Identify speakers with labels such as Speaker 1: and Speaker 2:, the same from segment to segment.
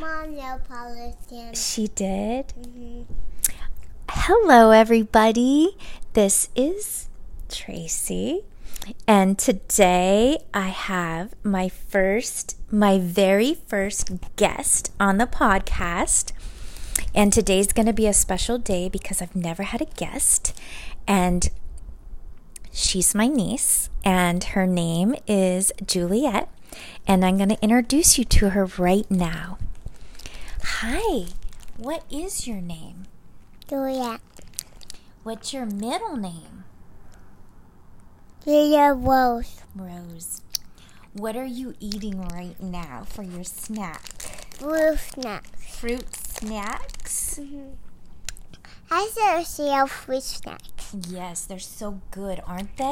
Speaker 1: mom nail polish him.
Speaker 2: She did. Hello, everybody. This is Tracy. And today I have my first, my very first guest on the podcast. And today's going to be a special day because I've never had a guest. And she's my niece, and her name is Juliet. And I'm going to introduce you to her right now. Hi, what is your name?
Speaker 1: Juliet.
Speaker 2: What's your middle name?
Speaker 1: Julia Rose.
Speaker 2: Rose. What are you eating right now for your snack?
Speaker 1: Blue snack.
Speaker 2: Fruit snacks?
Speaker 1: Mm-hmm. I said she a free snack.
Speaker 2: Yes, they're so good, aren't they?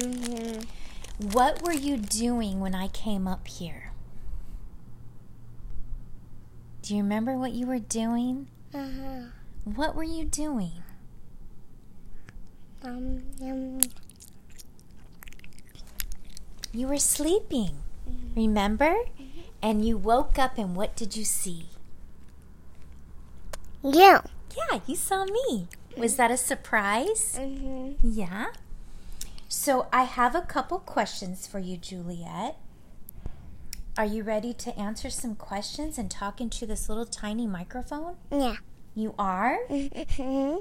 Speaker 1: Mm-hmm.
Speaker 2: What were you doing when I came up here? Do you remember what you were doing?
Speaker 1: Uh-huh.
Speaker 2: What were you doing?
Speaker 1: Um, um,
Speaker 2: You were sleeping, remember? And you woke up, and what did you see?
Speaker 1: yeah.
Speaker 2: Yeah, you saw me. Was that a surprise?
Speaker 1: Mm-hmm.
Speaker 2: Yeah. So I have a couple questions for you, Juliet. Are you ready to answer some questions and talk into this little tiny microphone?
Speaker 1: Yeah.
Speaker 2: You are?
Speaker 1: Mm-hmm.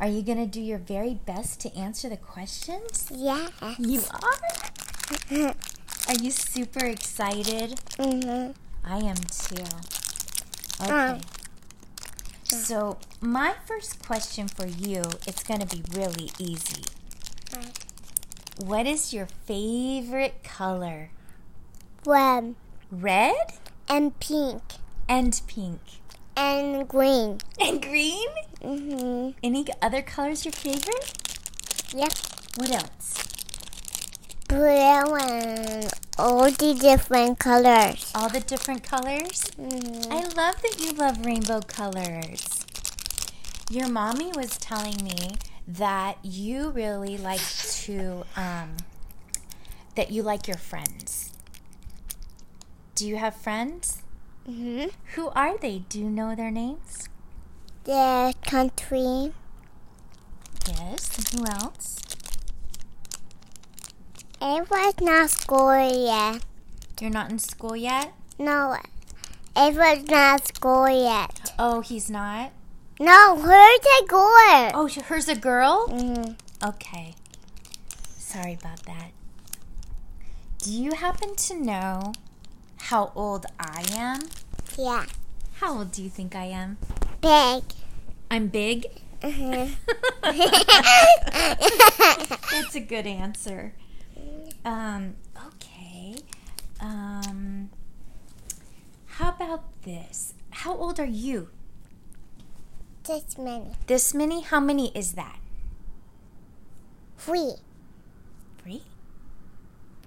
Speaker 2: Are you going to do your very best to answer the questions?
Speaker 1: Yeah.
Speaker 2: You are? Are you super excited?
Speaker 1: Mm-hmm.
Speaker 2: I am too. Okay.
Speaker 1: Um.
Speaker 2: So, my first question for you, it's going to be really easy.
Speaker 1: Right.
Speaker 2: What is your favorite color?
Speaker 1: Red
Speaker 2: Red?
Speaker 1: and pink
Speaker 2: and pink
Speaker 1: and green.
Speaker 2: and green.
Speaker 1: Mm-hmm.
Speaker 2: Any other colors your favorite?
Speaker 1: Yep.
Speaker 2: What else?
Speaker 1: Blue and all the different colors.
Speaker 2: All the different colors.
Speaker 1: Mm-hmm.
Speaker 2: I love that you love rainbow colors. Your mommy was telling me that you really like to um, that you like your friends. Do you have friends?
Speaker 1: Mm-hmm.
Speaker 2: Who are they? Do you know their names?
Speaker 1: The country.
Speaker 2: Yes. And Who else?
Speaker 1: It was not school yet.
Speaker 2: You're not in school yet?
Speaker 1: No, it was not school yet.
Speaker 2: Oh, he's not.
Speaker 1: No, where's it going?
Speaker 2: Oh, sh- her's a girl?
Speaker 1: Mm-hmm.
Speaker 2: Okay. Sorry about that. Do you happen to know how old I am?
Speaker 1: Yeah,
Speaker 2: How old do you think I am?
Speaker 1: big.
Speaker 2: I'm big.
Speaker 1: Mm-hmm.
Speaker 2: That's a good answer. Um, okay. Um, how about this? How old are you?
Speaker 1: Just many.
Speaker 2: This many? How many is that?
Speaker 1: Three,
Speaker 2: Three?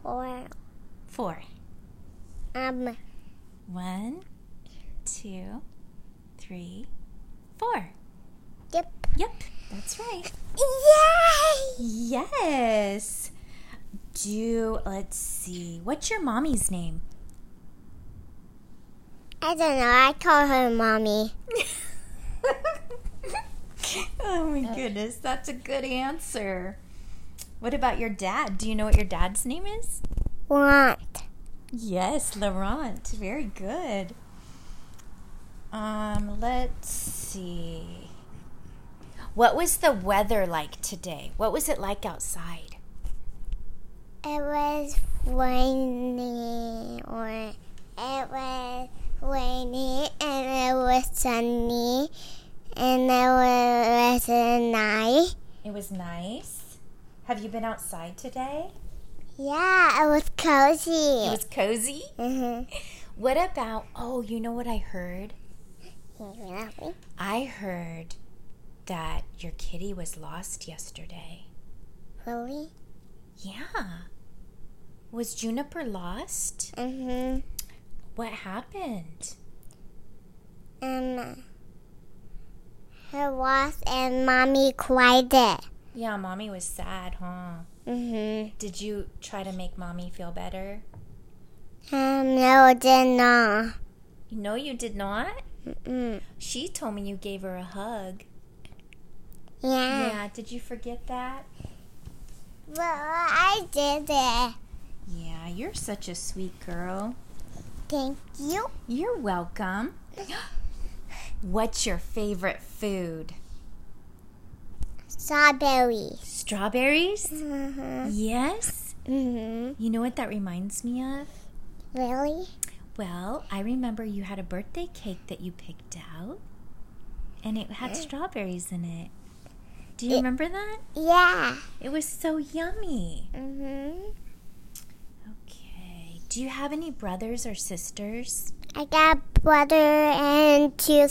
Speaker 1: four,
Speaker 2: Four.
Speaker 1: um,
Speaker 2: One, two, three, four.
Speaker 1: yep.
Speaker 2: Yep, that's right.
Speaker 1: Yay!
Speaker 2: Yes. Do let's see. What's your mommy's name?
Speaker 1: I don't know, I call her mommy.
Speaker 2: oh my goodness, that's a good answer. What about your dad? Do you know what your dad's name is?
Speaker 1: Want.
Speaker 2: Yes, Laurent. Very good. Um, let's see. What was the weather like today? What was it like outside?
Speaker 1: It was rainy, or it was rainy, and it was sunny, and it was a night.
Speaker 2: It was nice. Have you been outside today?
Speaker 1: Yeah, it was
Speaker 2: It
Speaker 1: cozy.
Speaker 2: was cozy.
Speaker 1: Mhm.
Speaker 2: What about, oh, you know what I heard?
Speaker 1: You love me?
Speaker 2: I heard that your kitty was lost yesterday.
Speaker 1: Really?
Speaker 2: Yeah. Was Juniper lost?
Speaker 1: Mhm.
Speaker 2: What happened?
Speaker 1: Um, her was and mommy cried it.
Speaker 2: Yeah, mommy was sad, huh?
Speaker 1: Mhm.
Speaker 2: Did you try to make mommy feel better?
Speaker 1: Um, no, did not.
Speaker 2: No, you did not. She told me you gave her a hug.
Speaker 1: Yeah.
Speaker 2: Yeah, did you forget that?
Speaker 1: Well, I did it.
Speaker 2: Yeah, you're such a sweet girl.
Speaker 1: Thank you.
Speaker 2: You're welcome. What's your favorite food?
Speaker 1: Strawberries.
Speaker 2: Strawberries?
Speaker 1: Mm-hmm.
Speaker 2: Yes.
Speaker 1: Mm-hmm.
Speaker 2: You know what that reminds me of?
Speaker 1: Really?
Speaker 2: Well, I remember you had a birthday cake that you picked out, and it had strawberries in it. Do you
Speaker 1: It-
Speaker 2: remember that?
Speaker 1: Yeah.
Speaker 2: It was so yummy.
Speaker 1: Mm-hmm.
Speaker 2: Okay. Do you have any brothers or sisters?
Speaker 1: I got brother and two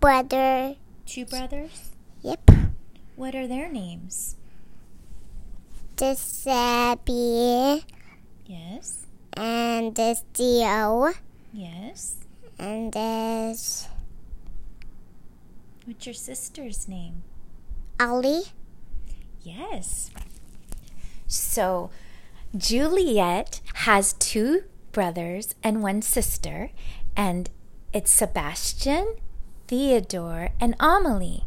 Speaker 1: brother.
Speaker 2: Two brothers?
Speaker 1: Yep.
Speaker 2: What are their names?
Speaker 1: This is uh, B
Speaker 2: Yes.
Speaker 1: and this D-O
Speaker 2: Yes.
Speaker 1: and this
Speaker 2: What's your sister's name?
Speaker 1: Ollie.
Speaker 2: Yes. So, Juliet has two brothers and one sister, and it's Sebastian, Theodore, and Amelie.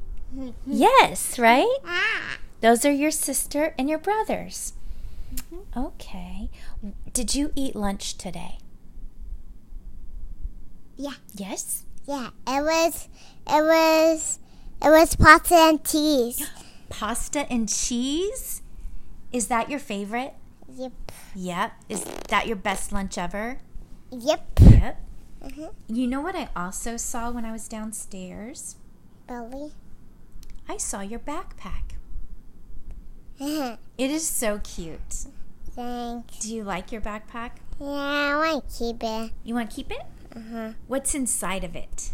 Speaker 2: yes, right?
Speaker 1: Ah.
Speaker 2: Those are your sister and your brothers. Okay. Did you eat lunch today?
Speaker 1: Yeah.
Speaker 2: Yes.
Speaker 1: Yeah. It was, it was, it was pasta and cheese.
Speaker 2: Pasta and cheese? Is that your favorite?
Speaker 1: Yep.
Speaker 2: Yep. Is that your best lunch ever?
Speaker 1: Yep.
Speaker 2: Yep.
Speaker 1: Mhm.
Speaker 2: You know what I also saw when I was downstairs?
Speaker 1: Belly.
Speaker 2: I saw your backpack. It is so cute.
Speaker 1: Thanks.
Speaker 2: Do you like your backpack?
Speaker 1: Yeah, I want to keep it.
Speaker 2: You want to keep it?
Speaker 1: Uh-huh.
Speaker 2: What's inside of it?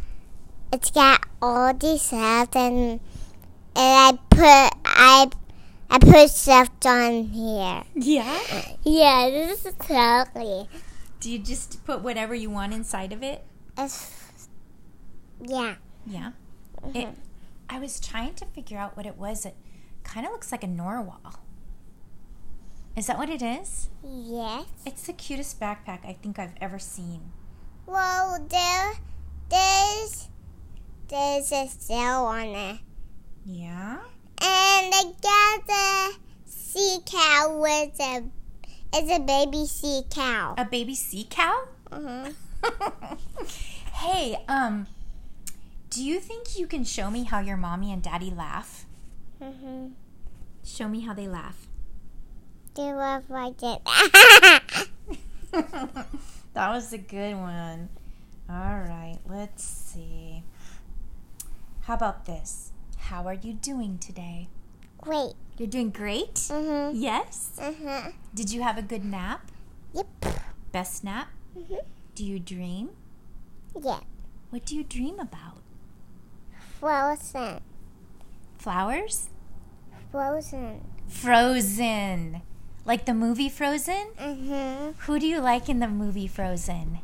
Speaker 1: It's got all these stuff and, and I put I I put stuff on here.
Speaker 2: Yeah.
Speaker 1: Yeah, this is totally.
Speaker 2: Do you just put whatever you want inside of it?
Speaker 1: It's yeah. mm-hmm.
Speaker 2: Yeah.
Speaker 1: Eh.
Speaker 2: It, I was trying to figure out what it was. It kind of looks like a narwhal. Is that what it is?
Speaker 1: Yes.
Speaker 2: It's the cutest backpack I think I've ever seen.
Speaker 1: Well, there there's there's a cell on it,
Speaker 2: Yeah?
Speaker 1: and I got the sea cow with a it's a baby sea cow.
Speaker 2: A baby sea cow?
Speaker 1: Uh-huh.
Speaker 2: hey, um, do you think you can show me how your mommy and daddy laugh?
Speaker 1: Mm-hmm.
Speaker 2: Show me how they laugh.
Speaker 1: They were like it.
Speaker 2: that was a good one. All right, let's see. How about this? How are you doing today?
Speaker 1: Wait.
Speaker 2: You're doing great?
Speaker 1: Mhm.
Speaker 2: Yes.
Speaker 1: Mhm.
Speaker 2: Did you have a good nap?
Speaker 1: Yep.
Speaker 2: Best nap?
Speaker 1: Mhm.
Speaker 2: Do you dream?
Speaker 1: Yeah.
Speaker 2: What do you dream about?
Speaker 1: Frozen.
Speaker 2: Flowers?
Speaker 1: Frozen.
Speaker 2: Frozen. Like the movie Frozen?
Speaker 1: Mhm.
Speaker 2: Who do you like in the movie Frozen?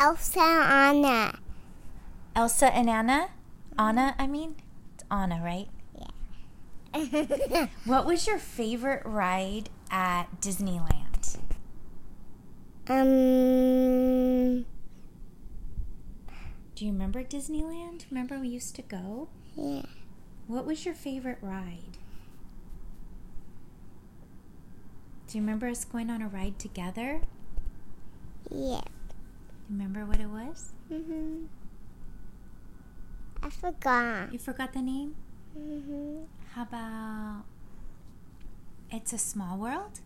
Speaker 1: Elsa and Anna.
Speaker 2: Elsa and Anna? Anna, I mean? It's Anna, right? What was your favorite ride at Disneyland?
Speaker 1: um.
Speaker 2: Do you remember Disneyland? Remember we used to go?
Speaker 1: Yeah.
Speaker 2: What was your favorite ride? Do you remember us going on a ride together?
Speaker 1: Yeah.
Speaker 2: Remember what it was?
Speaker 1: Mhm. I forgot.
Speaker 2: You forgot the name?
Speaker 1: Mhm.
Speaker 2: How about It's a Small World?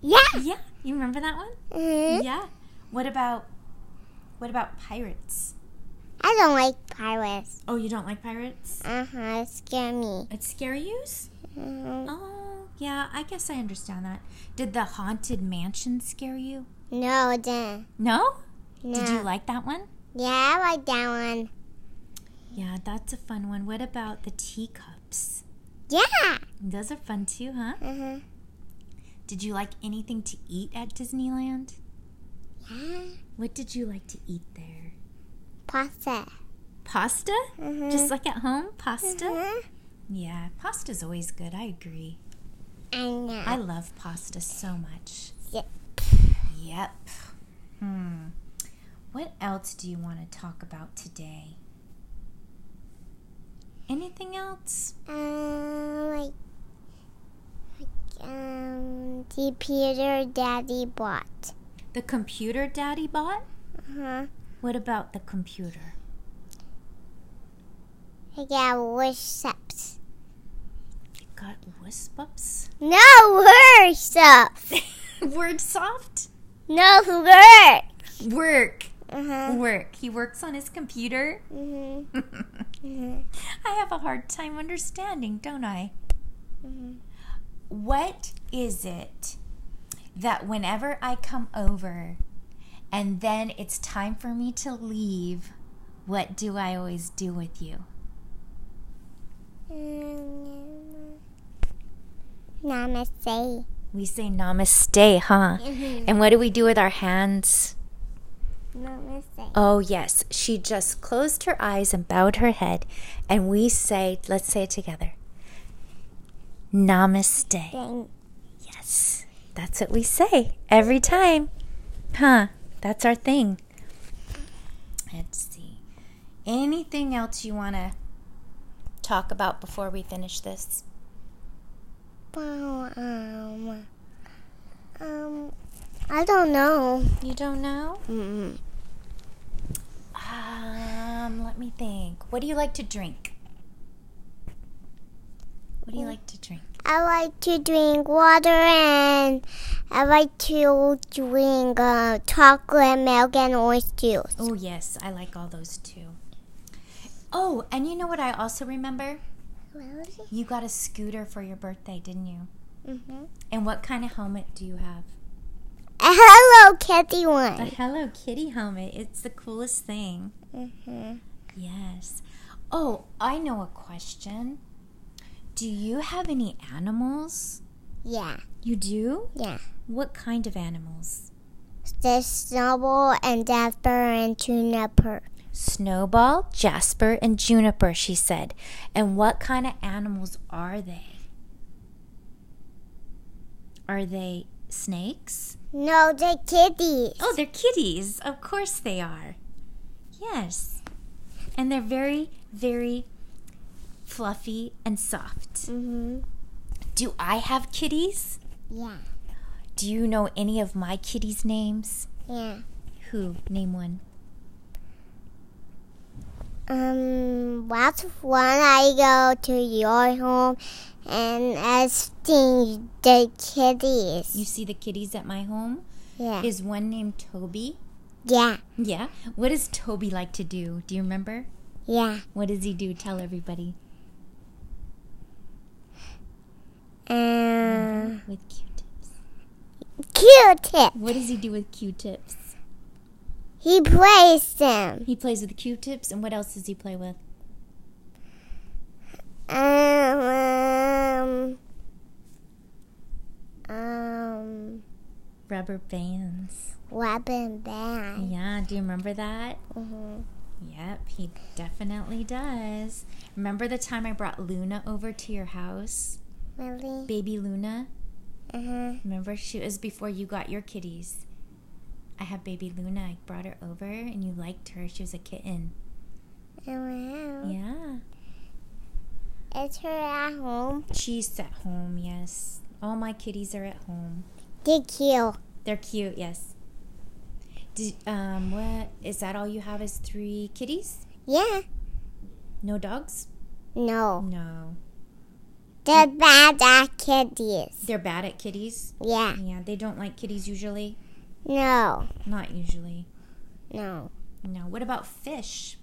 Speaker 1: Yeah.
Speaker 2: Yeah, you remember that one?
Speaker 1: Mhm.
Speaker 2: Yeah. What about what about pirates?
Speaker 1: I don't like pirates.
Speaker 2: Oh, you don't like pirates?
Speaker 1: Uh huh. Scare me.
Speaker 2: It scary yous?
Speaker 1: Mhm.
Speaker 2: Oh, yeah, I guess I understand that. Did the haunted mansion scare you?
Speaker 1: No, then.
Speaker 2: No?
Speaker 1: No.
Speaker 2: Did you like that one?
Speaker 1: yeah, I like that one.
Speaker 2: Yeah, that's a fun one. What about the teacups?
Speaker 1: Yeah.
Speaker 2: Those are fun too, huh?
Speaker 1: Mhm.
Speaker 2: Did you like anything to eat at Disneyland?
Speaker 1: Yeah.
Speaker 2: What did you like to eat there?
Speaker 1: Pasta.
Speaker 2: Pasta?
Speaker 1: Mhm.
Speaker 2: Just like at home, pasta?
Speaker 1: Mhm.
Speaker 2: Yeah, pasta's always good. I agree.
Speaker 1: I know.
Speaker 2: I love pasta so much.
Speaker 1: Yep.
Speaker 2: Yep. Hmm. What else do you want to talk about today? Anything else?
Speaker 1: Um, like, like um, the Peter Daddy bought.
Speaker 2: The computer daddy bought?
Speaker 1: Huh?
Speaker 2: What about the computer?
Speaker 1: I got workshops.
Speaker 2: You got wisp ups?
Speaker 1: No workshops.
Speaker 2: Word soft?
Speaker 1: No work.
Speaker 2: Work.
Speaker 1: Uh huh.
Speaker 2: Work. He works on his computer.
Speaker 1: Mhm.
Speaker 2: I have a hard time understanding, don't I?
Speaker 1: Mhm.
Speaker 2: What is it that whenever I come over and then it's time for me to leave, what do I always do with you?
Speaker 1: Um, Namaste.
Speaker 2: We say namaste, huh?
Speaker 1: Mhm.
Speaker 2: And what do we do with our hands?
Speaker 1: Namaste.
Speaker 2: Oh, yes. She just closed her eyes and bowed her head. And we say, let's say it together Namaste.
Speaker 1: Thank-
Speaker 2: Yes, that's what we say every time. Huh, that's our thing. Let's see. Anything else you want to talk about before we finish this?
Speaker 1: Well, um, um, I don't know.
Speaker 2: You don't know?
Speaker 1: Mm-mm.
Speaker 2: Um, let me think. What do you like to drink? What do you like to drink?
Speaker 1: I like to drink water and I like to drink uh, chocolate milk and orange juice.
Speaker 2: Oh, yes, I like all those too. Oh, and you know what I also remember?
Speaker 1: Really?
Speaker 2: You got a scooter for your birthday, didn't you?
Speaker 1: Mm-hmm.
Speaker 2: And what kind of helmet do you have?
Speaker 1: A Uh, Hello Kitty
Speaker 2: The
Speaker 1: one.
Speaker 2: Hello Kitty helmet. It's the coolest thing.
Speaker 1: Mm-hmm.
Speaker 2: Yes. Oh, I know a question. Do you have any animals?
Speaker 1: Yeah,
Speaker 2: You do?
Speaker 1: yeah.
Speaker 2: What kind of animals?
Speaker 1: There's Snowball and Jasper and Juniper.
Speaker 2: Snowball, Jasper, and Juniper, she said. And what kind of animals are they? Are they snakes?
Speaker 1: No, they're kitties.
Speaker 2: Oh, they're kitties. Of course they are. Yes. And they're very, very fluffy and soft.
Speaker 1: Mm-hmm.
Speaker 2: Do I have kitties?
Speaker 1: Yeah,
Speaker 2: Do you know any of my kitties' names?
Speaker 1: yeah.
Speaker 2: Who? Name one.
Speaker 1: Um, last one I go to your home and I see the
Speaker 2: You
Speaker 1: kitties.
Speaker 2: see the kitties at my home?
Speaker 1: Yeah.
Speaker 2: Is one named Toby?
Speaker 1: Yeah,
Speaker 2: Yeah. What does Toby like to do? Do you remember?
Speaker 1: yeah.
Speaker 2: What does he do? Tell everybody.
Speaker 1: Um,
Speaker 2: With Q-tips.
Speaker 1: Q-tip.
Speaker 2: What does he do with Q-tips?
Speaker 1: He plays them.
Speaker 2: He plays with Q-tips, and what else does he play with?
Speaker 1: Um, um, um,
Speaker 2: Rubber bands.
Speaker 1: weapon band.
Speaker 2: Yeah, do you remember that?
Speaker 1: hmm
Speaker 2: Yep, he definitely does. Remember the time I brought Luna over to your house?
Speaker 1: Really?
Speaker 2: Baby Luna?
Speaker 1: Uh-huh.
Speaker 2: Remember she it was before you got your kitties. I had baby Luna. I brought her over and you liked her. She was a kitten.
Speaker 1: Oh, Wow.
Speaker 2: Yeah.
Speaker 1: It's her at home.
Speaker 2: She's at home, yes. All my kitties are at home.
Speaker 1: They kill.
Speaker 2: They're cute, yes. Did, um what is that all you have is three kitties?
Speaker 1: Yeah.
Speaker 2: No dogs?
Speaker 1: No.
Speaker 2: No.
Speaker 1: They're bad at kitties.
Speaker 2: They're bad at kitties.
Speaker 1: Yeah.
Speaker 2: Yeah, they don't like kitties usually.
Speaker 1: No.
Speaker 2: Not usually.
Speaker 1: No.
Speaker 2: No. What about fish?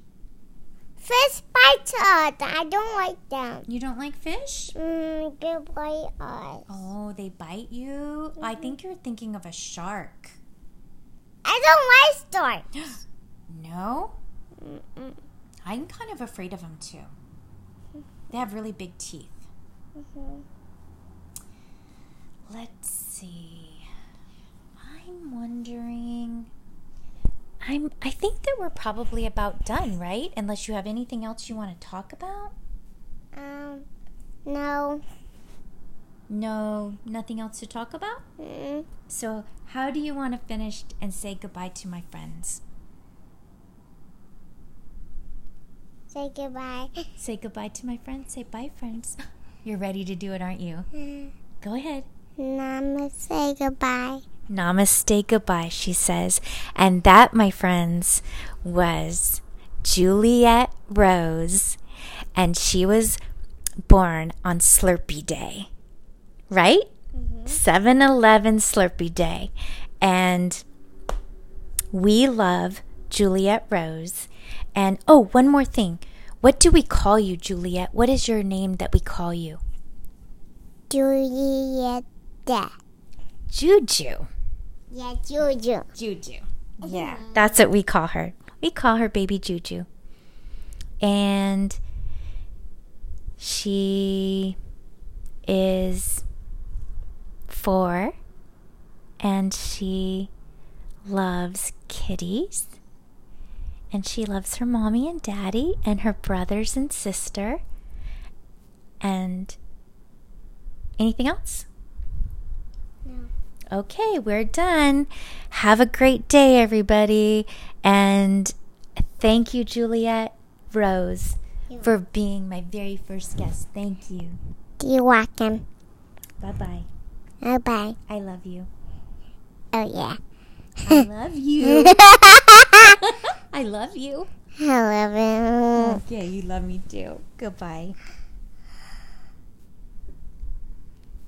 Speaker 1: Fish bites us. I don't like them.
Speaker 2: You don't like fish?
Speaker 1: Mm, they bite us.
Speaker 2: Oh, they bite you? I think you're thinking of a shark.
Speaker 1: I don't like Mm, storks.
Speaker 2: No?
Speaker 1: Mm-mm.
Speaker 2: I'm kind of afraid of them too. They have really big teeth.
Speaker 1: Mhm.
Speaker 2: Let's see. I'm wondering. I'm I think that we're probably about done, right? Unless you have anything else you want to talk about?
Speaker 1: Um, no.
Speaker 2: No, nothing else to talk about?
Speaker 1: Mm.
Speaker 2: So, how do you want to finish and say goodbye to my friends?
Speaker 1: Say goodbye.
Speaker 2: Say goodbye to my friends. Say bye, friends. Hmm. You're ready to do it, aren't you? Go ahead.
Speaker 1: Mama, say goodbye.
Speaker 2: Namaste, goodbye, she says. And that, my friends, was Juliet Rose. And she was born on Slurpee Day, right? 7 Eleven Slurpee Day. And we love Juliet Rose. And oh, one more thing. What do we call you, Juliet? What is your name that we call you?
Speaker 1: Juliet.
Speaker 2: Juju.
Speaker 1: Yeah, Juju.
Speaker 2: Juju. Yeah. That's what we call her. We call her baby Juju. And she is four and she loves kitties and she loves her mommy and daddy and her brothers and sister and anything else? Okay, we're done. Have a great day, everybody. And thank you, Juliet Rose, for being my very first guest. Thank you.
Speaker 1: You're welcome.
Speaker 2: Bye bye.
Speaker 1: Bye Oh, bye.
Speaker 2: I love you.
Speaker 1: Oh, yeah.
Speaker 2: I love you.
Speaker 1: I
Speaker 2: I love you.
Speaker 1: love it.
Speaker 2: Okay, you love me too. Goodbye.